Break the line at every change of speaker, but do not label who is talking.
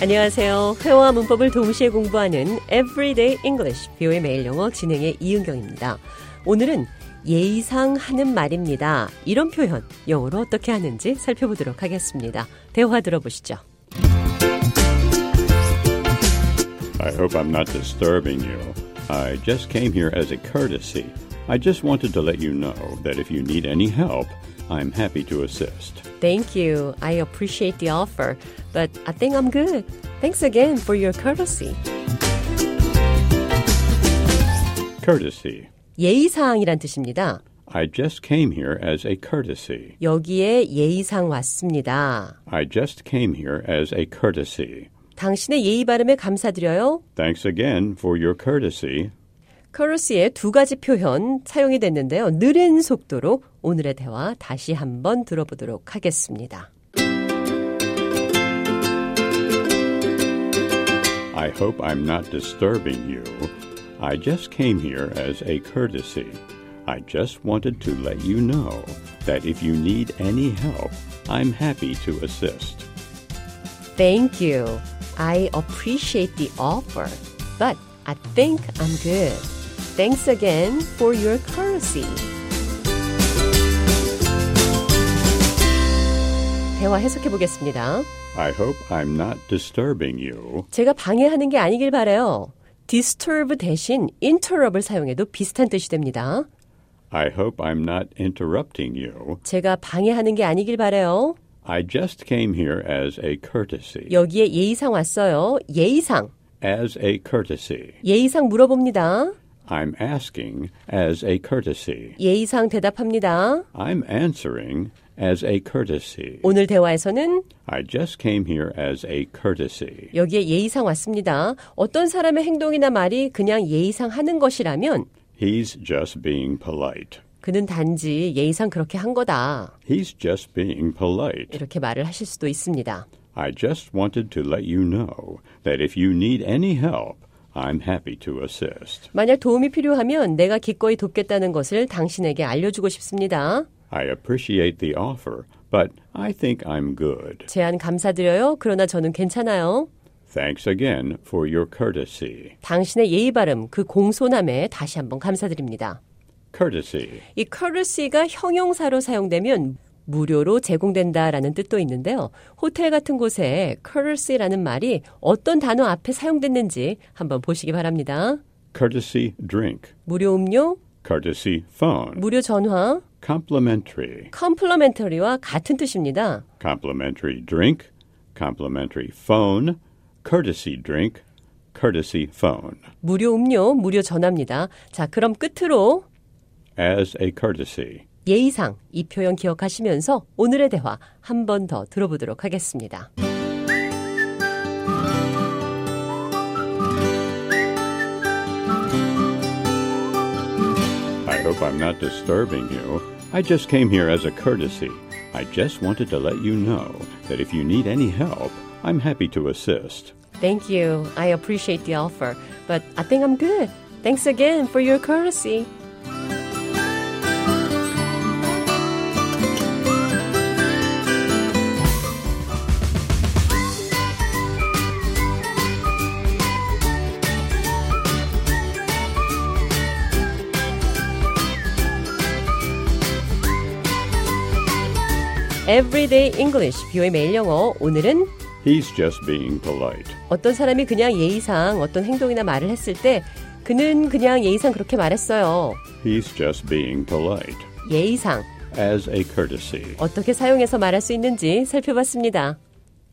안녕하세요. 회화와 문법을 동시에 공부하는 Everyday English, 뷰의 매일 영어 진행의 이은경입니다. 오늘은 예의상 하는 말입니다. 이런 표현, 영어로 어떻게 하는지 살펴보도록 하겠습니다. 대화 들어보시죠.
I hope I'm not disturbing you. I just came here as a courtesy. I just wanted to let you know that if you need any help, I'm happy to assist.
Thank you. I appreciate the offer, but I think I'm good. Thanks again for your courtesy.
Courtesy.
예의사항이란 뜻입니다.
I just came here as a courtesy.
여기에 예의상 왔습니다.
I just came here as a courtesy.
당신의 예의 발음에 감사드려요.
Thanks again for your courtesy.
courtesy의 두 가지 표현 사용이 됐는데요. 느린 속도로 오늘의 대화 다시 한번 들어보도록 하겠습니다.
I hope I'm not disturbing you. I just came here as a courtesy. I just wanted to let you know that if you need any help, I'm happy to assist.
Thank you. I appreciate the offer, but I think I'm good. Thanks again for your courtesy. 대화 해석해 보겠습니다.
I hope I'm not disturbing you.
제가 방해하는 게 아니길 바래요. disturb 대신 interrupt을 사용해도 비슷한 뜻이 됩니다.
I hope I'm not interrupting you.
제가 방해하는 게 아니길 바래요.
I just came here as a courtesy.
여기에 예의상 왔어요. 예의상.
As a courtesy.
예의상 물어봅니다.
I'm asking as a courtesy.
예의상 대답합니다.
I'm answering as a courtesy.
오늘 대화에서는
I just came here as a courtesy.
여기에 예의상 왔습니다. 어떤 사람의 행동이나 말이 그냥 예의상 하는 것이라면
He's just being polite.
그는 단지 예의상 그렇게 한 거다.
He's just being polite.
이렇게 말을 하실 수도 있습니다.
I just wanted to let you know that if you need any help, I'm happy to assist.
만약 도움이 필요하면 내가 기꺼이 돕겠다는 것을 당신에게 알려주고 싶습니다.
I appreciate the offer, but I think I'm good.
제안 감사드려요. 그러나 저는 괜찮아요.
Thanks again for your courtesy.
당신의 예의 발음, 그 공손함에 다시 한번 감사드립니다.
Courtesy.
이 courtesy가 형용사로 사용되면 무료로 제공된다라는 뜻도 있는데요. 호텔 같은 곳에 courtesy라는 말이 어떤 단어 앞에 사용됐는지 한번 보시기 바랍니다.
Courtesy drink.
무료 음료,
Courtesy phone.
무료 전화,
Complimentary.
컴플러멘터리와 같은 뜻입니다.
Complimentary drink. Complimentary phone. Courtesy drink. Courtesy phone.
무료 음료, 무료 전화입니다. 자, 그럼 끝으로
As a courtesy.
예의상 이 표현 기억하시면서 오늘의 대화 한 번 더 들어보도록 하겠습니다.
I hope I'm not disturbing you. I just came here as a courtesy. I just wanted to let you know that if you need any help, I'm happy to assist.
Thank you. I appreciate the offer, but I think I'm good. Thanks again for your courtesy. Everyday English, 뷰의 매일 영어. 오늘은
He's just being polite.
어떤 사람이 그냥 예의상 어떤 행동이나 말을 했을 때 그는 그냥 예의상 그렇게 말했어요.
He's just being polite.
예의상
As a courtesy.
어떻게 사용해서 말할 수 있는지 살펴봤습니다.